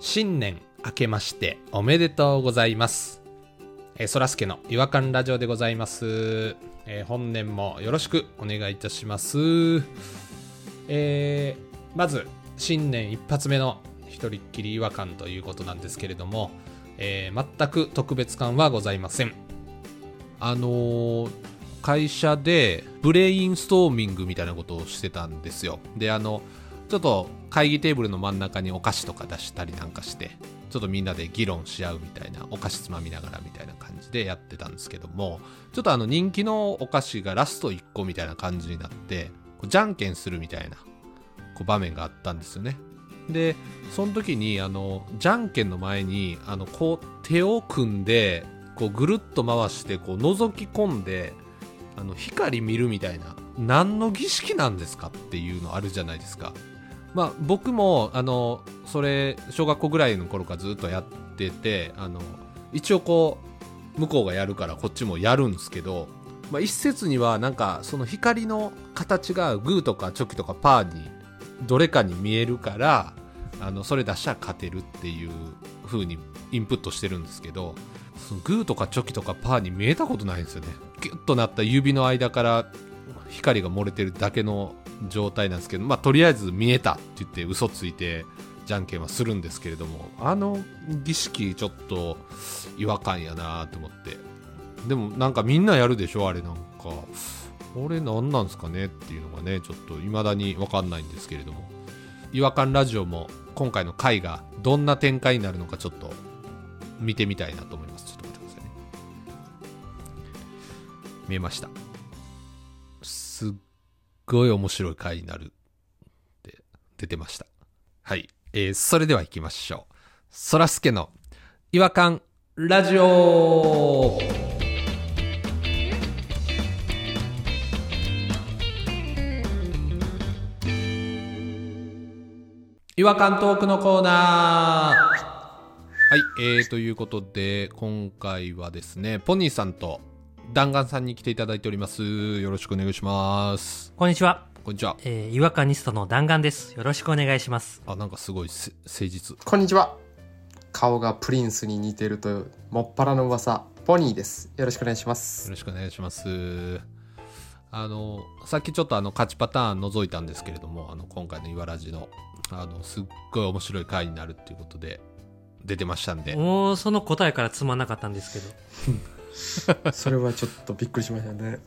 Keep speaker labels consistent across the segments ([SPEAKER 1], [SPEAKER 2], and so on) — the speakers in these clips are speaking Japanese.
[SPEAKER 1] 新年明けましておめでとうございます。えー、そらすけの違和感ラジオでございます。えー本年もよろしくお願いいたします。えーまず、新年一発目の一人っきり違和感ということなんですけれども、えー全く特別感はございません。
[SPEAKER 2] あのー会社でブレインストーミングみたいなことをしてたんですよであのちょっと会議テーブルの真ん中にお菓子とか出したりなんかしてちょっとみんなで議論し合うみたいなお菓子つまみながらみたいな感じでやってたんですけどもちょっとあの人気のお菓子がラスト1個みたいな感じになってこうじゃんけんするみたいなこう場面があったんですよねでその時にあのじゃんけんの前にあのこう手を組んでこうぐるっと回してこう覗き込んであの光見るみたいな何の儀式なんですかっていうのあるじゃないですか。まあ、僕もあのそれ小学校ぐらいの頃からずっとやっててあの一応こう向こうがやるからこっちもやるんですけど、まあ、一説にはなんかその光の形がグーとかチョキとかパーにどれかに見えるからあのそれ出したら勝てるっていう風にインプットしてるんですけどそのグーとかチョキとかパーに見えたことないんですよねギュッとなった指の間から光が漏れてるだけの状態なんですけどまあとりあえず見えたって言って嘘ついてじゃんけんはするんですけれどもあの儀式ちょっと違和感やなと思ってでもなんかみんなやるでしょあれなんかこれ何なんですかねっていうのがねちょっと未だに分かんないんですけれども違和感ラジオも今回の回がどんな展開になるのかちょっと見てみたいなと思いますちょっと待ってくださいね見えましたすっごい面白い回になるって出てましたはい、えーそれでは行きましょうそらすけの違和感ラジオ違和感トークのコーナーはい、えー、ということで今回はですねポニーさんと弾丸さんに来ていただいておりますよろしくお願いします
[SPEAKER 3] こんにちは、
[SPEAKER 2] こんにちは
[SPEAKER 3] えー、違和感ニストの弾丸です。よろしくお願いします。
[SPEAKER 2] あなんかすごいせ誠実
[SPEAKER 4] こんにちは。顔がプリンスに似てるというもっぱらの噂、ポニーです。よろしくお願いしま
[SPEAKER 2] よ
[SPEAKER 4] す。
[SPEAKER 2] ろしくお願いします。あの、さっきちょっとあの、勝ちパターン覗いたんですけれども、あの、今回のイワラジの、あの、すっごい面白い回になるっていうことで、出てましたんで、
[SPEAKER 3] もうその答えからつまんなかったんですけど。
[SPEAKER 4] それはちょっとびっくりしましたね。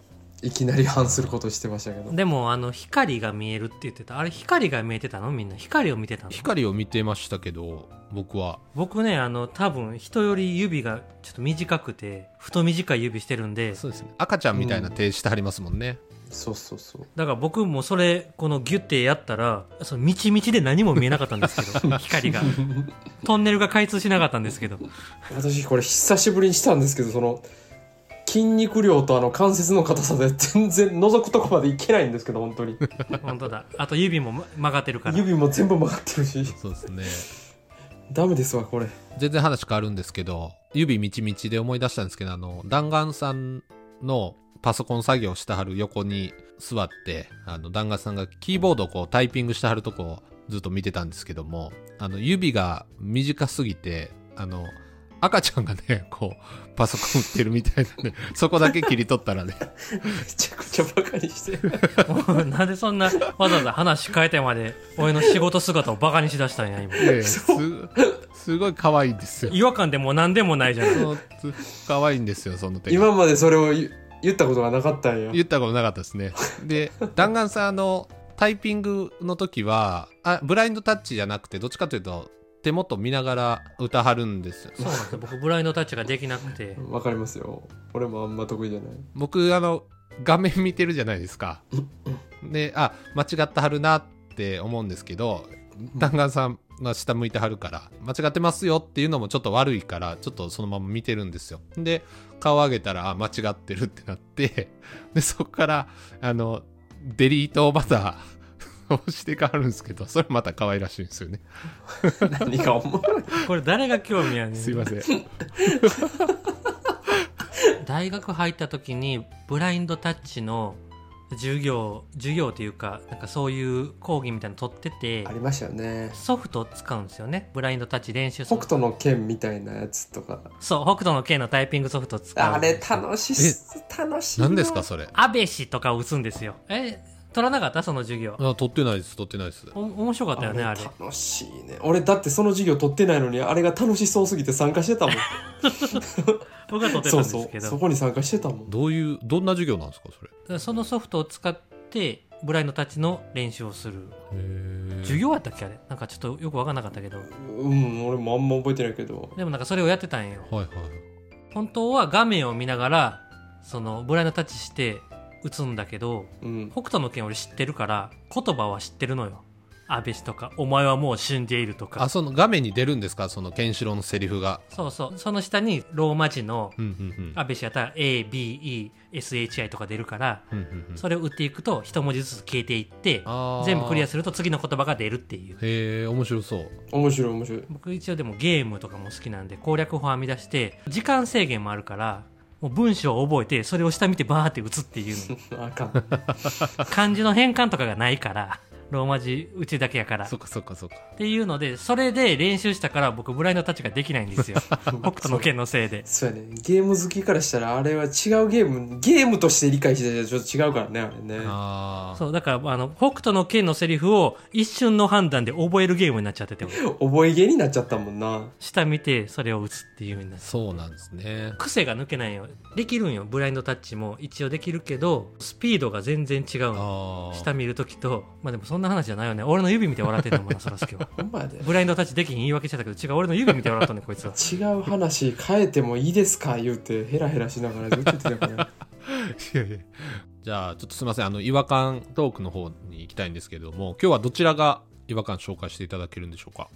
[SPEAKER 4] いきなり反することしてましたけど。
[SPEAKER 3] でも、あの、光が見えるって言ってた。あれ、光が見えてたのみんな。光を見てたの
[SPEAKER 2] 光を見てましたけど、僕は、
[SPEAKER 3] 僕ね、あの、多分、人より指がちょっと短くて、太短い指してるんで、
[SPEAKER 2] そうですね、赤ちゃんみたいな手してはりますもんね。
[SPEAKER 4] そうそうそう。
[SPEAKER 3] だから僕もそれ、このギュッてやったら、その、みちみちで何も見えなかったんですけど、光が。トンネルが開通しなかったんですけど。
[SPEAKER 4] 私これ久しぶりにしたんですけど、その、筋肉量とあの関節の硬さで全然覗くとこまでいけないんですけど、本 当に。
[SPEAKER 3] 本当だ。あと、指もま曲がってるから。
[SPEAKER 4] 指も全部曲がってるし。
[SPEAKER 2] そうですね。
[SPEAKER 4] ダメですわ、これ。
[SPEAKER 2] 全然話変わるんですけど、指みちみちで思い出したんですけど、あの、弾丸さんのパソコン作業してはる横に座って、あの、弾丸さんがキーボードをこうタイピングしてはるとこをずっと見てたんですけども、あの、指が短すぎて、あの、赤ちゃんがね、こう、パソコン打ってるみたいなね、そこだけ切り取ったらね、
[SPEAKER 4] めちゃくちゃバカにして。
[SPEAKER 3] もう なんでそんなわざわざ話変えてまで俺の仕事姿をバカにしだしたんや今
[SPEAKER 2] いやいやす、すごい可愛いんですよ。
[SPEAKER 3] 違和感でも何でもないじゃん
[SPEAKER 2] そう可愛いんですよ、その手が。
[SPEAKER 4] 今までそれを言言ったことがなかったんや。
[SPEAKER 2] 言ったことなかったですね。で、弾丸さん、あの、タイピングの時は、あ、ブラインドタッチじゃなくて、どっちかというと、手元見ながら歌はるんですよ。
[SPEAKER 3] そうなんですよ僕ブラインドタッチができなくて
[SPEAKER 4] わかりますよ。俺もあんま得意じゃない。
[SPEAKER 2] 僕、あの、画面見てるじゃないですか。で、あ、間違ってはるなって思うんですけど、弾丸さんは下向いてはるから、間違ってますよっていうのもちょっと悪いから、ちょっとそのまま見てるんですよ。で、顔上げたら、あ、間違ってるってなって、 で、そこから、あの、デリートバター をして変わるんですけど、それまた可愛らしいんですよね。
[SPEAKER 4] 何が思う
[SPEAKER 3] これ誰が興味やね
[SPEAKER 2] すい
[SPEAKER 3] ん
[SPEAKER 2] ませ ん。
[SPEAKER 3] 大学入った時にブラインドタッチの授業授業というかなんかそういう講義みたいなの取ってて
[SPEAKER 4] ありましたよね
[SPEAKER 3] ソフトを使うんですよねブラインドタッチ練習ソ
[SPEAKER 4] 北
[SPEAKER 3] フト
[SPEAKER 4] 斗の剣みたいなやつとか
[SPEAKER 3] そう北斗の剣のタイピングソフトを使う
[SPEAKER 4] あれ楽しい楽しいな
[SPEAKER 2] 何ですかそれ
[SPEAKER 3] 安倍氏とかを打つんですよえ取らなかったその授業
[SPEAKER 2] あ取ってないです取ってないです
[SPEAKER 3] お面白かったよねあれ
[SPEAKER 4] 楽しいね俺だってその授業取ってないのにあれが楽しそうすぎて参加し てたもん
[SPEAKER 3] 僕は取ってたん
[SPEAKER 4] そ
[SPEAKER 3] です
[SPEAKER 4] うそ
[SPEAKER 3] け
[SPEAKER 4] う
[SPEAKER 3] ど
[SPEAKER 4] そこに参加してたもん
[SPEAKER 2] どういうどんな授業なんですかそれ
[SPEAKER 3] そのソフトを使ってブラインドタッチの練習をする授業やったっけあれなんかちょっとよく分かんなかったけど
[SPEAKER 4] うん俺もあんま覚えてないけど
[SPEAKER 3] でもなんかそれをやってたんよ
[SPEAKER 2] はいはい
[SPEAKER 3] 本当は画面を見ながらそのブラインドタッチして打つんだけど
[SPEAKER 4] うん
[SPEAKER 3] 北斗の拳俺知ってるから言葉は知ってるのよ安倍氏とか「お前はもう死んでいる」と
[SPEAKER 2] あ
[SPEAKER 3] か
[SPEAKER 2] その画面に出るんですかそのケンシロウのセリフが
[SPEAKER 3] そうそうその下にローマ字の
[SPEAKER 2] うんうん
[SPEAKER 3] 安倍氏やったら ABESHI とか出るから
[SPEAKER 2] うんうんうんうん
[SPEAKER 3] それを打っていくと一文字ずつ消えていって
[SPEAKER 2] あー
[SPEAKER 3] 全部クリアすると次の言葉が出るっていう
[SPEAKER 2] へえ面白そう
[SPEAKER 4] 面白い面白い
[SPEAKER 3] 僕一応でもゲームとかも好きなんで攻略法編み出して時間制限もあるからもう文章を覚えてそれを下見てバーって打つっていう の
[SPEAKER 4] あかん
[SPEAKER 3] 漢字の変換とかがないからローマ字うちだけやから
[SPEAKER 2] そっかそっかそっか
[SPEAKER 3] っていうのでそれで練習したから僕ブラインドタッチができないんですよ北斗の剣のせいで
[SPEAKER 4] そうやねゲーム好きからしたらあれは違うゲームゲームとして理解してたらちょっと違うからねあれね
[SPEAKER 2] あ
[SPEAKER 3] そうだからあの北斗の剣のセリフを一瞬の判断で覚えるゲームになっちゃってて俺
[SPEAKER 4] 覚え芸になっちゃったもんな
[SPEAKER 3] 下見てそれを打つっていうようにな
[SPEAKER 2] あ
[SPEAKER 3] って
[SPEAKER 2] そうなんですね
[SPEAKER 3] 癖が抜けないよできるんよブラインドタッチも一応できるけどスピードが全然違うの
[SPEAKER 2] ああ
[SPEAKER 3] 下見るときと、まあでもそんな話じゃないよね。俺の指見て笑ってんのも んな、そらすけは。
[SPEAKER 4] ほんまやで
[SPEAKER 3] ブラインドタッチできひん言い訳してたけど、違う、俺の指見て笑っとんねん、こいつは。
[SPEAKER 4] 違う話変えてもいいですか言うてヘラヘラしながらずっと言ってたから
[SPEAKER 2] じゃあちょっとすいませんあの違和感トークの方に行きたいんですけれども今日はどちらが違和感紹介していただけるんでしょうか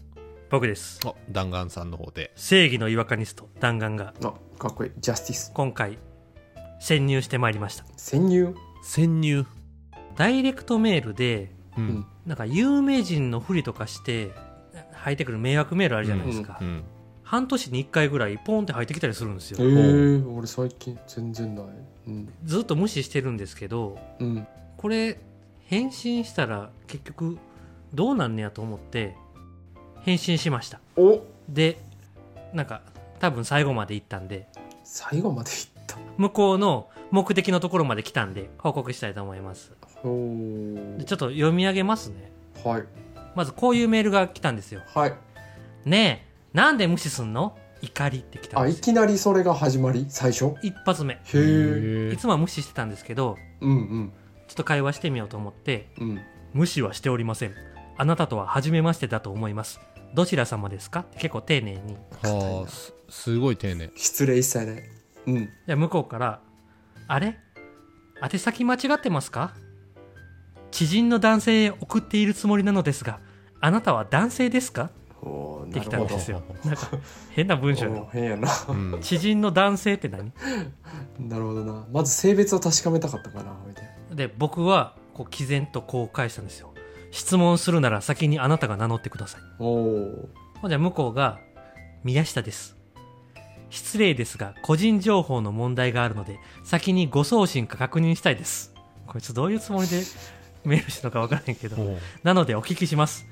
[SPEAKER 3] 僕です。
[SPEAKER 2] あ弾丸さんの方で
[SPEAKER 3] 正義の違和感ニスト、弾丸が、
[SPEAKER 4] あかっこいいジャスティス
[SPEAKER 3] 今回、潜入してまいりました。
[SPEAKER 4] 潜入
[SPEAKER 2] 潜入
[SPEAKER 3] ダイレクトメールで、
[SPEAKER 2] うん
[SPEAKER 3] なんか有名人のふりとかして、入ってくる迷惑メールあるじゃないですか。
[SPEAKER 2] うん
[SPEAKER 3] 半年に1回ぐらい、ポンって入ってきたりするんです
[SPEAKER 4] え
[SPEAKER 3] よ。
[SPEAKER 4] ー、俺最近全然ないうん
[SPEAKER 3] ずっと無視してるんですけど、
[SPEAKER 4] うん
[SPEAKER 3] これ返信したら結局どうなんねやと思って返信しました
[SPEAKER 4] お
[SPEAKER 3] でなんか多分最後まで行ったんで
[SPEAKER 4] 最後までいった
[SPEAKER 3] 向こうの目的のところまで来たんで報告したいと思います
[SPEAKER 4] お
[SPEAKER 3] でちょっと読み上げますね
[SPEAKER 4] はい
[SPEAKER 3] まずこういうメールが来たんですよ
[SPEAKER 4] はい
[SPEAKER 3] 「ねえなんで無視すんの怒り」って来たん
[SPEAKER 4] あ
[SPEAKER 3] で
[SPEAKER 4] い
[SPEAKER 3] すよ
[SPEAKER 4] きなりそれが始まり最初へ
[SPEAKER 3] 一発目
[SPEAKER 4] えうん
[SPEAKER 3] いつもは無視してたんですけど
[SPEAKER 4] うん
[SPEAKER 3] ちょっと会話してみようと思って
[SPEAKER 4] うん
[SPEAKER 3] 無視はしておりませんあなたとは初めましてだと思いますどちら様ですかって結構丁寧に
[SPEAKER 2] はあすすごい丁寧
[SPEAKER 4] 失礼一切ないうん
[SPEAKER 3] じゃあ向こうから「あれ宛先間違ってますか?」「知人の男性へ送っているつもりなのですがあなたは男性ですか?」
[SPEAKER 4] おー
[SPEAKER 3] って
[SPEAKER 4] な
[SPEAKER 3] きたん
[SPEAKER 4] る
[SPEAKER 3] で
[SPEAKER 4] ほ
[SPEAKER 3] すよなんか変な文章
[SPEAKER 4] どお
[SPEAKER 3] よ
[SPEAKER 4] ー変やな
[SPEAKER 2] うん
[SPEAKER 3] 知人の男性って何
[SPEAKER 4] なるほどなまず性別を確かめたかったかなみたいな
[SPEAKER 3] で僕はこう毅然とこう返したんですよ質問するなら先にあなたが名乗ってください
[SPEAKER 4] おお
[SPEAKER 3] ほんじゃ向こうが「宮下です」失礼ですが個人情報の問題があるので先にご送信か確認したいですこいつどういうつもりでメールしたのか分からへんけど
[SPEAKER 2] おう
[SPEAKER 3] なのでお聞きします。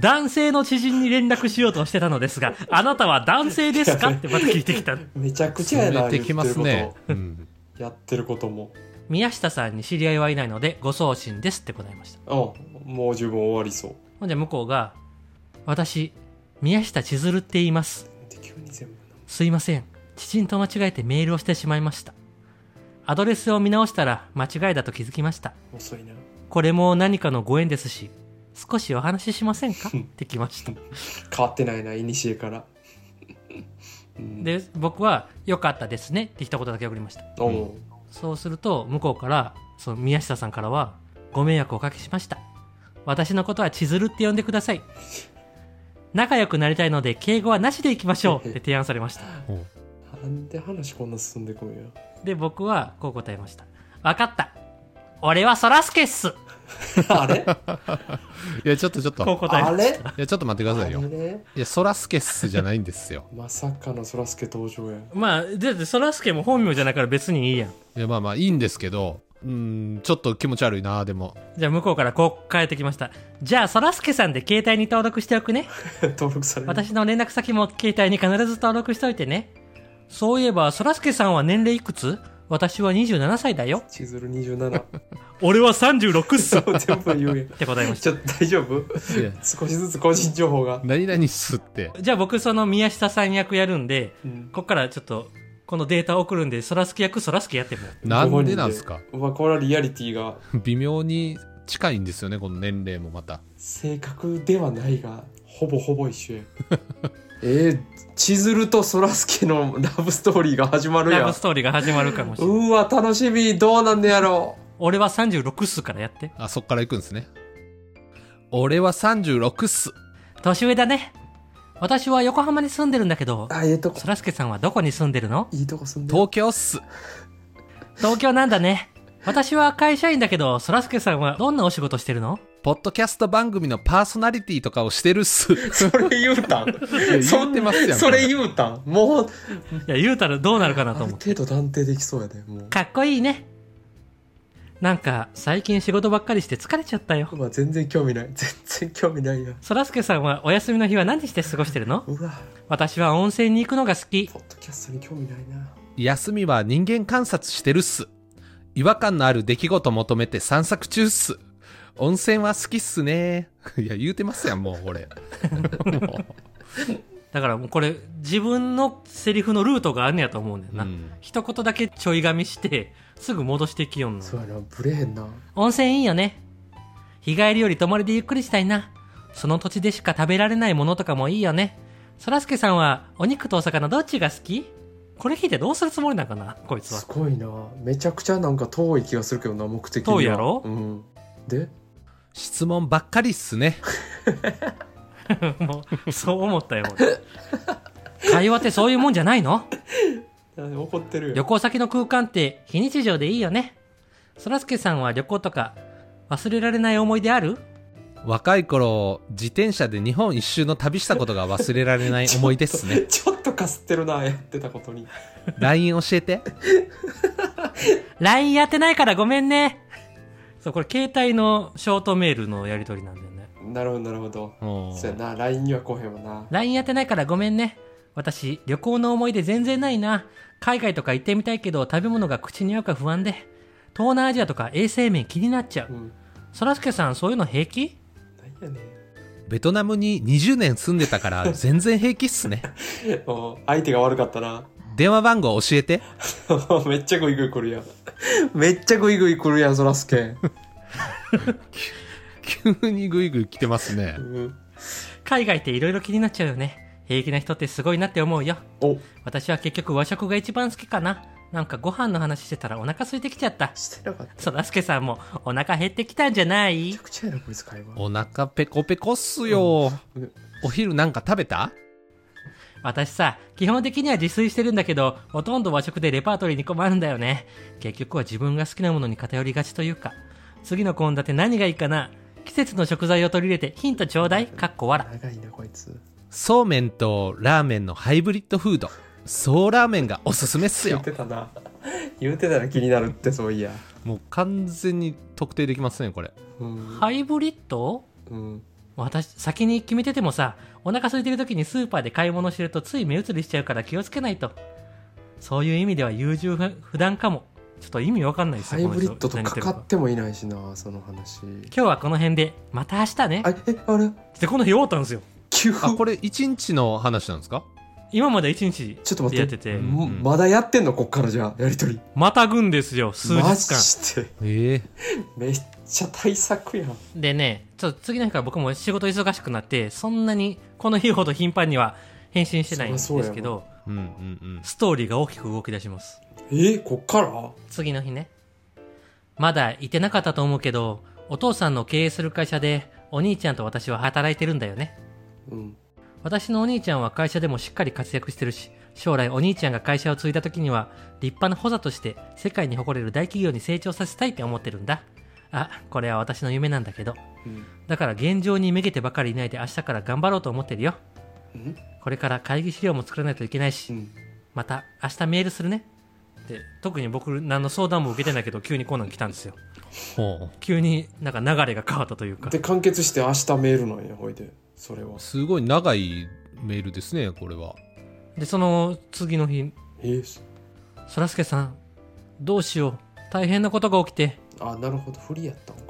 [SPEAKER 3] 男性の知人に連絡しようとしてたのですが、あなたは男性ですかってまた聞いてきた。
[SPEAKER 4] めちゃくちゃや
[SPEAKER 2] 攻
[SPEAKER 4] な
[SPEAKER 2] めてきますねうん
[SPEAKER 4] 言ってることも
[SPEAKER 3] 宮下さんに知り合いはいないので、ご送信ですって答えました。
[SPEAKER 4] やってることもうんもう十分終わりそう
[SPEAKER 3] ほんじゃ向こうが、私、宮下千鶴って言います。
[SPEAKER 4] で急に全部
[SPEAKER 3] すいません。知人と間違えてメールをしてしまいました。アドレスを見直したら間違いだと気づきました。
[SPEAKER 4] 遅いな
[SPEAKER 3] これも何かのご縁ですし、少しお話ししませんかってきました。
[SPEAKER 4] 変わってないな古から
[SPEAKER 3] で、僕は、良かったですねって一言だけ送りました。
[SPEAKER 4] おお
[SPEAKER 3] そうすると、向こうから、その宮下さんからは、ご迷惑をおかけしました。私のことは千鶴って呼んでください。仲良くなりたいので、敬語はなしでいきましょうって提案されました。
[SPEAKER 2] おう
[SPEAKER 4] なんで話こんな進んでこいよ
[SPEAKER 3] で、僕は、こう答えました。わかった。俺はそらすけっす。
[SPEAKER 4] あれ
[SPEAKER 2] いやちょっとちょっ
[SPEAKER 3] こう
[SPEAKER 2] と
[SPEAKER 3] 答え
[SPEAKER 4] あ
[SPEAKER 3] まし
[SPEAKER 4] れ
[SPEAKER 3] た。
[SPEAKER 2] いやちょっと待ってくだ
[SPEAKER 4] あ
[SPEAKER 2] さいよ
[SPEAKER 4] れ
[SPEAKER 2] いやそらすけっすじゃないんですよ
[SPEAKER 4] まさかのそらすけ登場や
[SPEAKER 3] まあ、だってそらすけも本名じゃないから別にいいやん。
[SPEAKER 2] いやまあまあいいんですけどうんちょっと気持ち悪いなでも
[SPEAKER 3] じゃあ向こうからこう返ってきました。じゃあ、そらすけさんで携帯に登録しておくね。
[SPEAKER 4] 登録される。
[SPEAKER 3] 私の連絡先も携帯に必ず登録しといてね。そういえば、そらすけさんは年齢いくつ私は27歳だよ。
[SPEAKER 4] 千鶴27。
[SPEAKER 3] 俺は36っす。っ
[SPEAKER 4] そう、全部言うやん。
[SPEAKER 3] て答えました。
[SPEAKER 4] ちょっと大丈夫
[SPEAKER 2] いや
[SPEAKER 4] 少しずつ個人情報が。
[SPEAKER 2] 何々っす って
[SPEAKER 3] じゃあ僕、その宮下さん役やるんで、
[SPEAKER 4] うん
[SPEAKER 3] こっからちょっと、このデータ送るんで、そらすけ役、そらすけやっても。
[SPEAKER 2] なんでなんすか
[SPEAKER 4] うわ、これはリアリティが
[SPEAKER 2] 微妙に近いんですよねこの年齢もまた
[SPEAKER 4] 正確ではないが、ほぼほぼ一緒や。 えー、千鶴とそらすけのラブストーリーが始まる
[SPEAKER 3] ラ
[SPEAKER 4] や
[SPEAKER 3] ブ
[SPEAKER 4] ん
[SPEAKER 3] ス。トーリーが始まるかもしれない。
[SPEAKER 4] うわ、楽しみ。どうなんねやろ
[SPEAKER 3] 俺は36っすからやって。
[SPEAKER 2] あそっから行くんですね俺は36っす
[SPEAKER 3] 年上だね。私は横浜に住んでるんだけど
[SPEAKER 4] う。、あ、ええとこ
[SPEAKER 3] そ。らすけさんはどこに住んでるの
[SPEAKER 4] いいとこ住んでる。
[SPEAKER 2] 東京っす
[SPEAKER 3] 東京なんだね。私は会社員だけど、そらすけさんはどんなお仕事してるの
[SPEAKER 2] ポッドキャスト番組のパーソナリティとかをしてるっす
[SPEAKER 4] それ言うたん。そ
[SPEAKER 2] 言ってますやん
[SPEAKER 4] それ言うたん。もう、
[SPEAKER 3] いや、言うたらどうなるかな
[SPEAKER 4] あ
[SPEAKER 3] と
[SPEAKER 4] る
[SPEAKER 3] 思う。
[SPEAKER 4] 程度断定できそうやで、もう。
[SPEAKER 3] かっこいいね。なんか、最近仕事ばっかりして疲れちゃったよ。
[SPEAKER 4] うわ、全然興味ない。全然興味ないや。
[SPEAKER 3] そらすけさんはお休みの日は何して過ごしてるの
[SPEAKER 4] うわ、
[SPEAKER 3] 私は温泉に行くのが好き。
[SPEAKER 4] ポッドキャストに興味ないな。
[SPEAKER 2] 休みは人間観察してるっす違和感のある出来事求めて散策中っす温泉は好きっすね いや言うてますやんもう俺 も
[SPEAKER 3] だからもうこれ、自分のセリフのルートがあんねやと思うねん
[SPEAKER 2] う
[SPEAKER 3] な。
[SPEAKER 2] うん
[SPEAKER 3] 一言だけちょい噛みして、すぐ戻してきよんの。
[SPEAKER 4] そうやな、ブレへんな。
[SPEAKER 3] 温泉いいよね。日帰りより泊まりでゆっくりしたいな。その土地でしか食べられないものとかもいいよね。そらすけさんはお肉とお魚どっちが好きこれ聞いてどうするつもりなんかなこいつは
[SPEAKER 4] す。ごいな。めちゃくちゃなんか遠い気がするけどな、目的には
[SPEAKER 3] 遠いやろ
[SPEAKER 4] うん。で、
[SPEAKER 2] 質問ばっかりっすね
[SPEAKER 3] もう、そう思ったよ。俺会話ってそういうもんじゃないの
[SPEAKER 4] 怒ってる
[SPEAKER 3] 旅行先の空間って非日常でいいよね。そらすけさんは旅行とか忘れられない思い出ある
[SPEAKER 2] 若い頃自転車で日本一周の旅したことが忘れられない思い出っすね
[SPEAKER 4] ちょっとかすってるな、やってたことに。
[SPEAKER 2] LINE 教え て
[SPEAKER 3] ?LINE やってないからごめんね。そう、これ携帯のショートメールのやりとりなんだよね。
[SPEAKER 4] なるほど、なるほど。
[SPEAKER 2] うん
[SPEAKER 4] そうやな、LINE には来へんわな。
[SPEAKER 3] LINE やってないからごめんね。私、旅行の思い出全然ないな。海外とか行ってみたいけど、食べ物が口に合うか不安で。東南アジアとか衛生面気になっちゃ
[SPEAKER 4] う
[SPEAKER 3] う。
[SPEAKER 4] ん。
[SPEAKER 3] そらすけさん、そういうの平気
[SPEAKER 4] なんやねん
[SPEAKER 2] ベトナムに20年住んでたから全然平気っ すね
[SPEAKER 4] うん相手が悪かったな。
[SPEAKER 2] 電話番号教えて
[SPEAKER 4] めっちゃグイグイ来るやん。めっちゃグイグイ来るやん、そらすけ。
[SPEAKER 2] 急にグイグイ来てますね
[SPEAKER 4] うん。
[SPEAKER 3] 海外って色々気になっちゃうよね。平気な人ってすごいなって思うよ。
[SPEAKER 4] お、
[SPEAKER 3] 私は結局和食が一番好きかな。なんかご飯の話してたらお腹空いてきちゃった。
[SPEAKER 4] してなかった。め
[SPEAKER 3] そらすけさんもお腹減ってきたんじゃない
[SPEAKER 4] ちゃくちゃやな、こいつ会話。
[SPEAKER 2] お腹ペコペコっすよ
[SPEAKER 4] うん
[SPEAKER 2] お昼なんか食べた
[SPEAKER 3] 私さ、基本的には自炊してるんだけど、ほとんど和食でレパートリーに困るんだよね。結局は自分が好きなものに偏りがちというか。次の献立何がいいかな季節の食材を取り入れてヒントちょうだいかっこ笑。
[SPEAKER 4] 長いな、こいつ。
[SPEAKER 2] そうめんとラーメンのハイブリッドフードそうラーメンがおすすめっす
[SPEAKER 4] 言っ
[SPEAKER 2] よ
[SPEAKER 4] てたな。言うてたら気になるって、そういや。
[SPEAKER 2] もう完全に特定できますねこれ
[SPEAKER 4] うん。
[SPEAKER 3] ハイブリッド
[SPEAKER 4] うん。
[SPEAKER 3] 私、先に決めててもさ、お腹空いてる時にスーパーで買い物してるとつい目移りしちゃうから気をつけないと。そういう意味では優柔不断かも。ちょっと意味わかんないです
[SPEAKER 4] ハ
[SPEAKER 3] よ
[SPEAKER 4] イブリッ
[SPEAKER 3] こと
[SPEAKER 4] ド
[SPEAKER 3] の人何言っ
[SPEAKER 4] か
[SPEAKER 3] てる
[SPEAKER 4] か
[SPEAKER 3] か
[SPEAKER 4] ってもいないしな、その話。
[SPEAKER 3] 今日はこの辺で、また明日ね
[SPEAKER 4] あ。、え、あれ
[SPEAKER 3] で、この日終わったんですよ。
[SPEAKER 4] 急
[SPEAKER 2] あこれ1日の話なんですか
[SPEAKER 3] 今まで一日
[SPEAKER 4] ちょっと待って
[SPEAKER 3] やってて、
[SPEAKER 2] うん
[SPEAKER 4] もうまだやってんのこっからじゃあ、やりとり。
[SPEAKER 3] またぐんですよ数
[SPEAKER 4] マ
[SPEAKER 3] 日
[SPEAKER 4] ジ
[SPEAKER 3] 間
[SPEAKER 4] で。
[SPEAKER 2] ええ
[SPEAKER 4] めっちゃ対策やん。
[SPEAKER 3] でねちょっと次の日から僕も仕事忙しくなってそんなにこの日ほど頻繁には返信してないんです
[SPEAKER 4] そりゃそう
[SPEAKER 3] けど
[SPEAKER 2] うんうんうん
[SPEAKER 3] ストーリーが大きく動き出します
[SPEAKER 4] え、こっから
[SPEAKER 3] 次の日ねまだいてなかったと思うけどお父さんの経営する会社でお兄ちゃんと私は働いてるんだよね
[SPEAKER 4] うん。
[SPEAKER 3] 私のお兄ちゃんは会社でもしっかり活躍してるし将来お兄ちゃんが会社を継いだ時には立派な補佐として世界に誇れる大企業に成長させたいって思ってるんだあこれは私の夢なんだけど
[SPEAKER 4] うん
[SPEAKER 3] だから現状にめげてばかりいないで明日から頑張ろうと思ってるよ
[SPEAKER 4] うん
[SPEAKER 3] これから会議資料も作らないといけないし、
[SPEAKER 4] うん
[SPEAKER 3] また明日メールするねで特に僕何の相談も受けてないけど急にこんなん来たんですよ
[SPEAKER 2] ほ
[SPEAKER 3] 急になんか流れが変わったというか
[SPEAKER 4] で完結して明日メールなんやほいでそれは
[SPEAKER 2] うすごい長いメールですねこれは
[SPEAKER 3] でその次の日
[SPEAKER 4] えー
[SPEAKER 3] 「そらすけさんどうしよう大変なことが起きて
[SPEAKER 4] あなるほどフリーやったんか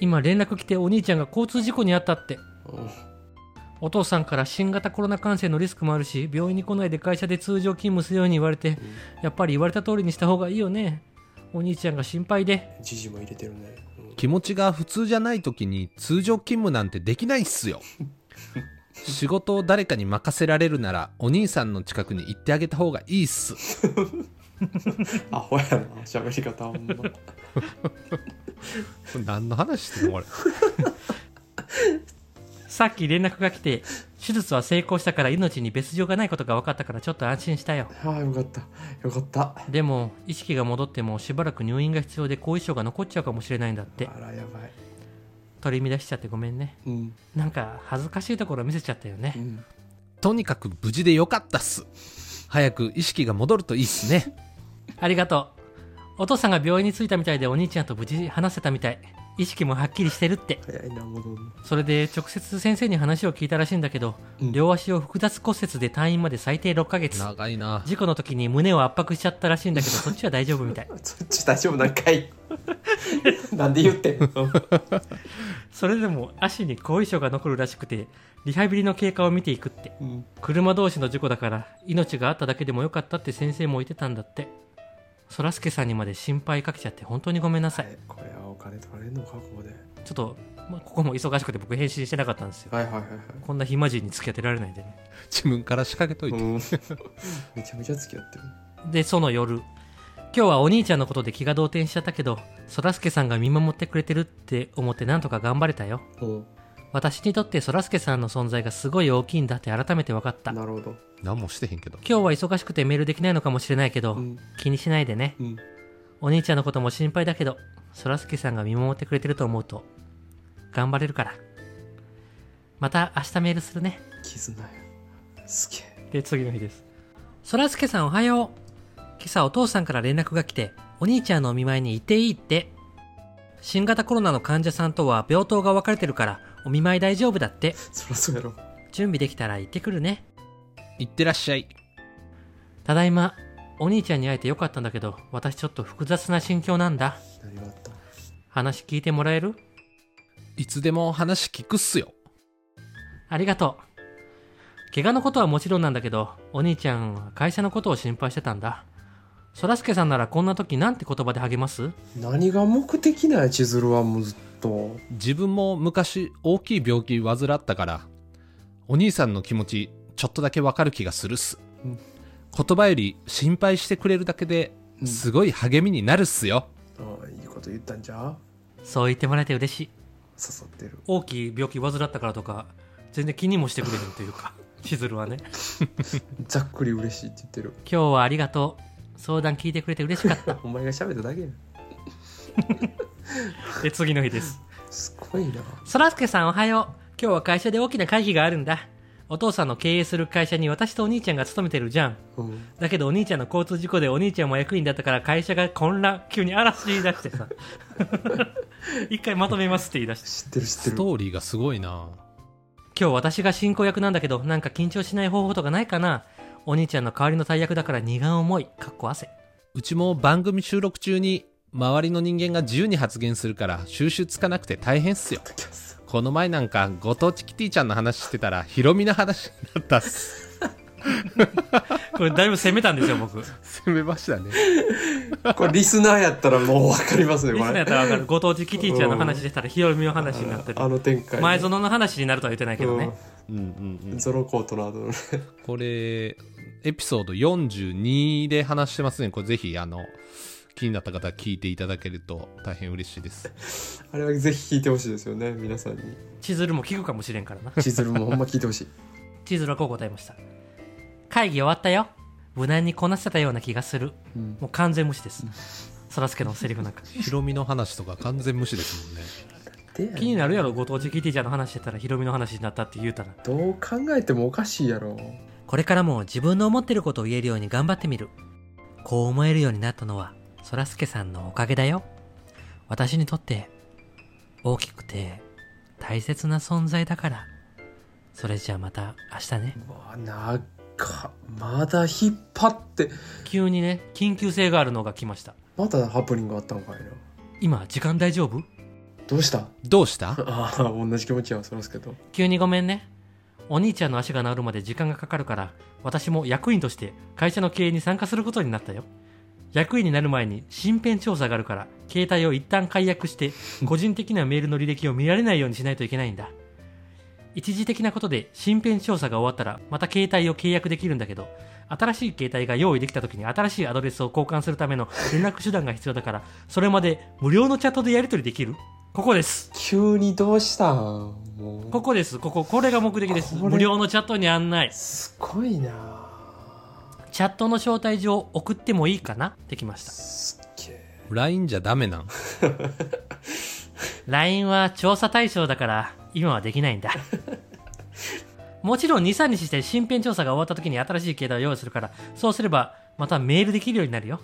[SPEAKER 3] 今連絡来てお兄ちゃんが交通事故に遭ったって
[SPEAKER 4] うん
[SPEAKER 3] お父さんから新型コロナ感染のリスクもあるし病院に来ないで会社で通常勤務するように言われて、やっぱり言われた通りにした方がいいよねお兄ちゃんが心配で
[SPEAKER 4] 時事も入れてるね、うん
[SPEAKER 2] 気持ちが普通じゃない時に通常勤務なんてできないっす よ仕事を誰かに任せられるならお兄さんの近くに行ってあげた方がいいっす
[SPEAKER 4] アホやな喋り方ほんま
[SPEAKER 2] これ何の話してんのこれ
[SPEAKER 3] さっき連絡が来て手術は成功したから命に別状がないことが分かったからちょっと安心したよ
[SPEAKER 4] ああよかったよかった
[SPEAKER 3] でも意識が戻ってもしばらく入院が必要で後遺症が残っちゃうかもしれないんだって
[SPEAKER 4] あらやばい
[SPEAKER 3] 取り乱しちゃってごめんね
[SPEAKER 4] うん
[SPEAKER 3] なんか恥ずかしいところ見せちゃったよね
[SPEAKER 4] うん
[SPEAKER 2] とにかく無事でよかったっす早く意識が戻るといいっすね
[SPEAKER 3] ありがとう。お父さんが病院に着いたみたいでお兄ちゃんと無事話せたみたい。意識もはっきりしてるって。
[SPEAKER 4] 早いな戻んの
[SPEAKER 3] それで直接先生に話を聞いたらしいんだけど、
[SPEAKER 4] うん
[SPEAKER 3] 両足を複雑骨折で退院まで最低6ヶ月。
[SPEAKER 2] 長いな
[SPEAKER 3] 事故の時に胸を圧迫しちゃったらしいんだけど、そっちは大丈夫みたい。
[SPEAKER 4] そ っち大丈夫なん かいなんで言ってんの
[SPEAKER 3] それでも足に後遺症が残るらしくて、リハビリの経過を見ていくって。
[SPEAKER 4] うん
[SPEAKER 3] 車同士の事故だから、命があっただけでもよかったって先生も言ってたんだって。そらすけさんにまで心配かけちゃって本当にごめんなさい。
[SPEAKER 4] えこれはお金取られんのかここで
[SPEAKER 3] ちょっと、まあ、ここも忙しくて僕返信してなかったんですよ。
[SPEAKER 4] はいはいはいはい
[SPEAKER 3] こんな暇人に付き合ってられないんでね。
[SPEAKER 2] 自分から仕掛けといて、
[SPEAKER 4] うんめちゃめちゃ付き合ってる
[SPEAKER 3] で、その夜、今日はお兄ちゃんのことで気が動転しちゃったけど、そらすけさんが見守ってくれてるって思ってなんとか頑張れたよ。
[SPEAKER 4] うん
[SPEAKER 3] 私にとってそらすけさんの存在がすごい大きいんだって改めて分かった。今
[SPEAKER 4] なるほど
[SPEAKER 2] 何もしてへんけど
[SPEAKER 3] 日は忙しくてメールできないのかもしれないけど、
[SPEAKER 4] うん
[SPEAKER 3] 気にしないでね。
[SPEAKER 4] うん
[SPEAKER 3] お兄ちゃんのことも心配だけど、そらすけさんが見守ってくれてると思うと、頑張れるから。また明日メールするね。
[SPEAKER 4] 絆やすげえ
[SPEAKER 3] で、次の日です。そらすけさんおはよう。今朝お父さんから連絡が来て、お兄ちゃんのお見舞いに行っていいって。新型コロナの患者さんとは病棟が分かれてるから、お見舞い大丈夫だって。
[SPEAKER 4] そらそうやろ
[SPEAKER 3] 準備できたら行ってくるね。
[SPEAKER 2] 行ってらっしゃい
[SPEAKER 3] ただいま。お兄ちゃんに会えてよかったんだけど、私ちょっと複雑な心境なんだ。
[SPEAKER 4] 何があった
[SPEAKER 3] 話聞いてもらえる
[SPEAKER 2] いつでも話聞くっすよ
[SPEAKER 3] ありがとう。怪我のことはもちろんなんだけど、お兄ちゃんは会社のことを心配してたんだ。そらすけさんならこんな時なんて言葉で励ます
[SPEAKER 4] 何が目的なんや千鶴はもうずっと
[SPEAKER 2] 自分も昔大きい病気患ったからお兄さんの気持ちちょっとだけわかる気がするっす、
[SPEAKER 4] うん
[SPEAKER 2] 言葉より心配してくれるだけで
[SPEAKER 4] うん
[SPEAKER 2] すごい励みになるっすよ、
[SPEAKER 4] ああいいこと言ったんじゃう
[SPEAKER 3] そう言ってもらえて嬉しい。
[SPEAKER 4] 誘ってる
[SPEAKER 3] 大きい病気患ったからとか全然気にもしてくれへんというか しずるはね
[SPEAKER 4] ざっくり嬉しいって言ってる
[SPEAKER 3] 今日はありがとう相談聞いてくれて嬉しかっ
[SPEAKER 4] お前が喋っただけや
[SPEAKER 3] た で次の日です
[SPEAKER 4] すごいな
[SPEAKER 3] そらすけさんおはよう今日は会社で大きな会議があるんだお父さんの経営する会社に私とお兄ちゃんが勤めてるじゃん
[SPEAKER 4] うん
[SPEAKER 3] だけどお兄ちゃんの交通事故でお兄ちゃんも役員だったから会社が混乱急に嵐言い出してさ 一回まとめますって言い出して
[SPEAKER 4] 知ってる知って
[SPEAKER 2] ス
[SPEAKER 4] る
[SPEAKER 2] トーリーがすごいな
[SPEAKER 3] 今日私が進行役なんだけどなんか緊張しない方法とかないかなお兄ちゃんの代わりの大役だから荷が重いかっこ汗
[SPEAKER 2] うちも番組収録中に周りの人間が自由に発言するから収集つかなくて大変っすよこの前なんかご当地キティちゃんの話してたらヒロミの話になったっす
[SPEAKER 3] これだいぶ攻めたんですよ僕リス
[SPEAKER 2] 攻めましたね
[SPEAKER 4] これリスナーやったらもう分かりますねこ
[SPEAKER 3] ナーや
[SPEAKER 4] れ
[SPEAKER 3] ったら分かるご当地キティちゃんの話でしたらヒロミの話になってて
[SPEAKER 4] あの展開
[SPEAKER 3] 前園の話になるとは言ってないけどね
[SPEAKER 2] うんうんうん
[SPEAKER 4] うんゾロコートの後のね
[SPEAKER 2] これエピソード42で話してますねこれぜひあの気になった方は聞いていただけると大変嬉しいです
[SPEAKER 4] あれはぜひ聞いてほしいですよね皆さんに
[SPEAKER 3] 千鶴も聞くかもしれんからな
[SPEAKER 4] 千鶴もほんま聞いてほしい
[SPEAKER 3] 千鶴はこう答えました会議終わったよ無難にこなせたような気がする
[SPEAKER 4] うん
[SPEAKER 3] もう完全無視ですそらすけのセリフなんか
[SPEAKER 2] ヒロミの話とか完全無視ですもんね
[SPEAKER 4] で
[SPEAKER 3] 気になるやろご当地キティちゃんの話してたらヒロミの話になったって言うたら
[SPEAKER 4] どう考えてもおかしいやろ
[SPEAKER 3] これからも自分の思ってることを言えるように頑張ってみる。こう思えるようになったのは、そらすけさんのおかげだよ。私にとって、大きくて、大切な存在だから。それじゃあまた明日ね。
[SPEAKER 4] まあなんかまだ引っ張って
[SPEAKER 3] 急にね、緊急性があるのが来ました。
[SPEAKER 4] またハプニングあったんかいな
[SPEAKER 3] 今、時間大丈夫
[SPEAKER 4] どうした
[SPEAKER 2] どうした
[SPEAKER 4] ああ同じ気持ちやそらすけど
[SPEAKER 3] 急にごめんね。お兄ちゃんの足が治るまで時間がかかるから、私も役員として会社の経営に参加することになったよ。役員になる前に身辺調査があるから、携帯を一旦解約して、個人的なメールの履歴を見られないようにしないといけないんだ。一時的なことで身辺調査が終わったら、また携帯を契約できるんだけど、新しい携帯が用意できた時に新しいアドレスを交換するための連絡手段が必要だから、それまで無料のチャットでやり取りできるここです。
[SPEAKER 4] 急にどうしたんもう
[SPEAKER 3] ここです、ここ、これが目的です。
[SPEAKER 4] これ
[SPEAKER 3] 無料のチャットに案内。
[SPEAKER 4] すごいな
[SPEAKER 3] チャットの招待状を送ってもいいかなってきました。
[SPEAKER 4] すっげえ
[SPEAKER 2] ?LINE じゃダメなん
[SPEAKER 3] LINE は調査対象だから、今はできない んだ。もちろん2、3日して身辺調査が終わった時に新しい携帯を用意するから、そうすればまたメールできるようになるよ。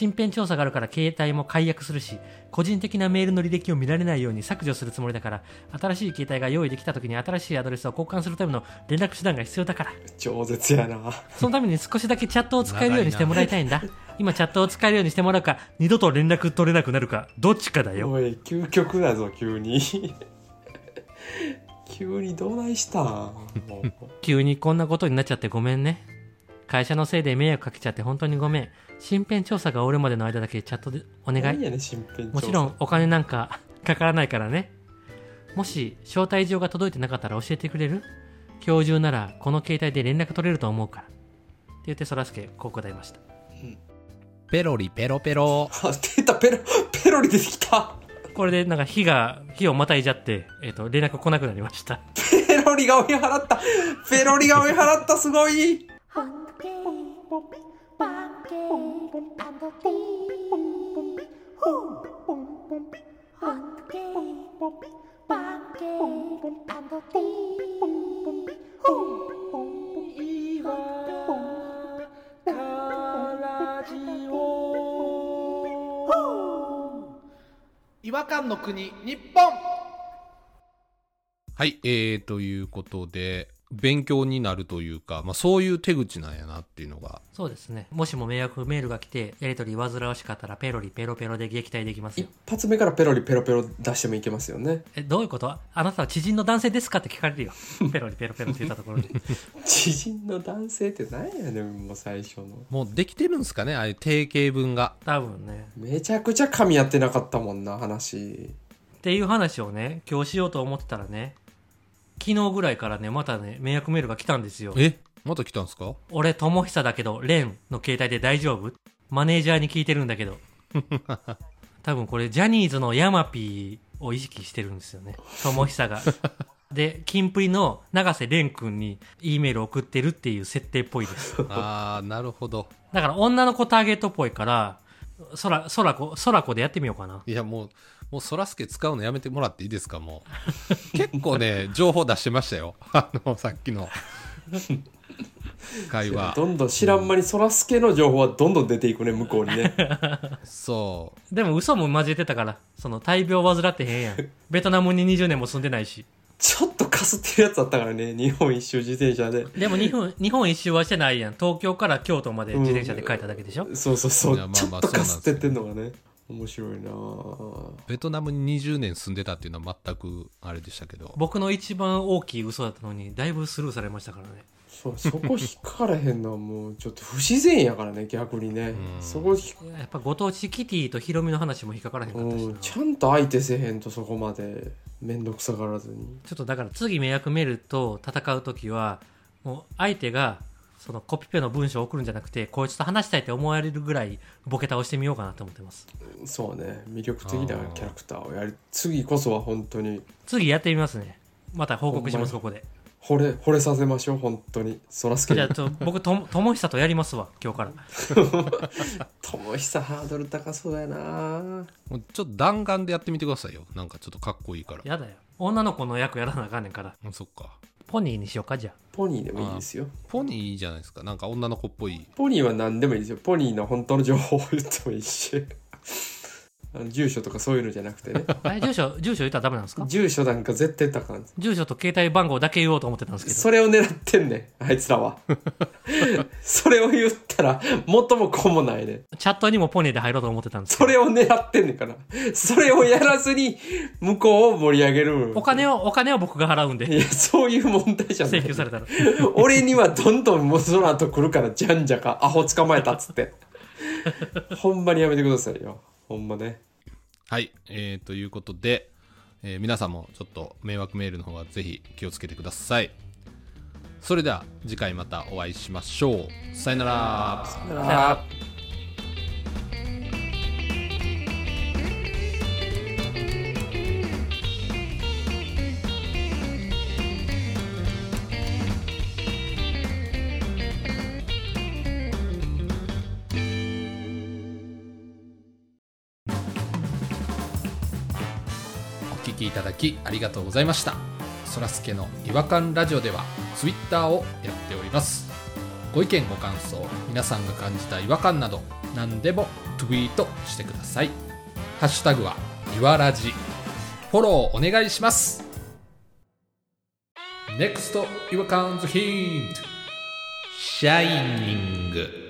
[SPEAKER 3] 身辺調査があるから携帯も解約するし、個人的なメールの履歴を見られないように削除するつもりだから、新しい携帯が用意できた時に新しいアドレスを交換するための連絡手段が必要だから。
[SPEAKER 4] 超絶やな
[SPEAKER 3] そのために少しだけチャットを使えるようにしてもらいたいんだ。今チャットを使えるようにしてもらうか、二度と連絡取れなくなるか、どっちかだよ。
[SPEAKER 4] おい究極だぞ急に 急にどないしたん もう
[SPEAKER 3] 急にこんなことになっちゃってごめんね。会社のせいで迷惑かけちゃって本当にごめん。身辺調査が終わるまでの間だけチャットでお願
[SPEAKER 4] 何
[SPEAKER 3] い。
[SPEAKER 4] やねん身辺調査
[SPEAKER 3] もちろんお金なんかかからないからね。もし招待状が届いてなかったら教えてくれる今日中ならこの携帯で連絡取れると思うから。って言ってそらすけ、こう答えました。
[SPEAKER 2] ペロリペロペロ。
[SPEAKER 4] あ出たペロペロリ出てきた
[SPEAKER 3] これでなんか火が、火をまたいじゃって、えっ、と、連絡来なくなりました。
[SPEAKER 4] ペロリが追い払ったペロリが追い払ったすごい
[SPEAKER 5] Hunky,
[SPEAKER 6] 違和感の国日本
[SPEAKER 2] はい、えー、ということで、勉強になるというか、まあそういう手口なんやなっていうのが、
[SPEAKER 3] そうですね。もしも迷惑メールが来て、やりとり煩わしかったら、ペロリペロペロで撃退できますよ
[SPEAKER 4] 一。発目からペロリペロペロ出してもいけますよね
[SPEAKER 3] え、どういうことあなたは知人の男性ですかって聞かれるよ。ペロリペロペロって言ったところで。
[SPEAKER 4] 知人の男性って何やねんもう最初の
[SPEAKER 2] もうできてるんですかねああいう定型文が。
[SPEAKER 3] 多分ね。
[SPEAKER 4] めちゃくちゃ噛み合ってなかったもんな話
[SPEAKER 3] っていう話をね、今日しようと思ってたらね、昨日ぐらいからね、またね、迷惑メールが来たんですよ。
[SPEAKER 2] えまた来たんですか
[SPEAKER 3] 俺、友久だけど、レンの携帯で大丈夫マネージャーに聞いてるんだけど。多分これ、ジャニーズのヤマピーを意識してるんですよね。友久が。で、キンプリの永瀬廉君に E メール送ってるっていう設定っぽいです。
[SPEAKER 2] あー、なるほど。
[SPEAKER 3] だから女の子ターゲットっぽいから、そら、そらこ、そらこでやってみようかな。
[SPEAKER 2] いや、もう、もうそらすけ使うのやめてもらっていいですかもう。 結構ね、情報出してましたよ。 あの、さっきの会話。
[SPEAKER 4] どんどん知らん間にそらすけの情報はどんどん出ていくね向こうにね
[SPEAKER 2] そ
[SPEAKER 3] でも嘘も交えてたから、その大病患ってへんやん。ベトナムに20年も住んでないし。
[SPEAKER 4] ちょっとかすってるやつあったからね日本一周自転車で
[SPEAKER 3] でも日本、日本一周はしてないやん。東京から京都まで自転車で帰っただけでしょ、
[SPEAKER 4] そうそうそう
[SPEAKER 2] いやまあまあ
[SPEAKER 4] ちょっとかすってってんのがね面白いな
[SPEAKER 2] う。ベトナムに20年住んでたっていうのは全くあれでしたけど。
[SPEAKER 3] 僕の一番大きい嘘だったのに、だいぶスルーされましたからね。
[SPEAKER 4] そうそこ引っかからへんのはもうちょっと不自然やからね逆にねそこ引っ
[SPEAKER 3] やっぱご当地キティとヒロミの話も引っかからへんかったし
[SPEAKER 4] う。
[SPEAKER 3] なん
[SPEAKER 4] ちゃんと相手せへんとそこまで面倒くさがらずに
[SPEAKER 3] ちょっとだから次迷惑メールと戦う時はもう相手がそのコピペの文章を送るんじゃなくてこいつと話したいって思われるぐらいボケ倒してみようかなと思ってます
[SPEAKER 4] そうね魅力的なキャラクターをやり次こそは本当に
[SPEAKER 3] 次やってみますねまた報告します
[SPEAKER 4] ほ
[SPEAKER 3] ここで
[SPEAKER 4] 惚れ、惚れさせましょう、本当に。そらすけ
[SPEAKER 3] じゃ
[SPEAKER 4] に
[SPEAKER 3] あ。ちょ僕とともひさとやりますわ今日から
[SPEAKER 4] ともひさハードル高そうだよな
[SPEAKER 2] もうちょっと弾丸でやってみてくださいよなんかちょっとかっこいいから
[SPEAKER 3] やだよ女の子の役やらなあかんねんから
[SPEAKER 2] あそっか
[SPEAKER 3] ポニーにしようかじゃあ
[SPEAKER 4] ポニーでもいいですよ。
[SPEAKER 2] ポニーいいじゃないですかなんか女の子っぽい
[SPEAKER 4] ポニーは何でもいいですよ。ポニーの本当の情報を言ってもいいし。あの住所とかそういうのじゃなく てね。
[SPEAKER 3] あれ住所住所言ったらダメなんですか
[SPEAKER 4] 住所なんか絶対高いんです。
[SPEAKER 3] 住所と携帯番号だけ言おうと思ってたんですけど
[SPEAKER 4] それを狙ってんねん、あいつら は。それを言ったら、元も子もないねん。
[SPEAKER 3] チャットにもポニーで入ろうと思ってたんですけ
[SPEAKER 4] そ
[SPEAKER 3] ど
[SPEAKER 4] れを狙ってんねんから。それをやらずに、向こうを盛り上げる。
[SPEAKER 3] お金をお金を僕が払うん
[SPEAKER 4] い
[SPEAKER 3] で
[SPEAKER 4] や、そういう問題じゃな
[SPEAKER 3] 請求
[SPEAKER 4] い。
[SPEAKER 3] されたら
[SPEAKER 4] 俺にはどんどんもうその後来るから、じゃんじゃか、アホ捕まえたっつ って。ほんまにやめてくださいよ。ほんまね。
[SPEAKER 2] はい、えー、ということで、えー皆さんもちょっと迷惑メールの方はぜひ気をつけてくださいそれでは次回またお会いしましょうさよなら
[SPEAKER 4] あ
[SPEAKER 2] お聞きいただきありがとうございましたそらすけの違和感ラジオではツイッターをやっておりますご意見ご感想皆さんが感じた違和感など何でもツイートしてくださいハッシュタグはいわらじフォローお願いします NEXT 違和感ズヒントシャイニング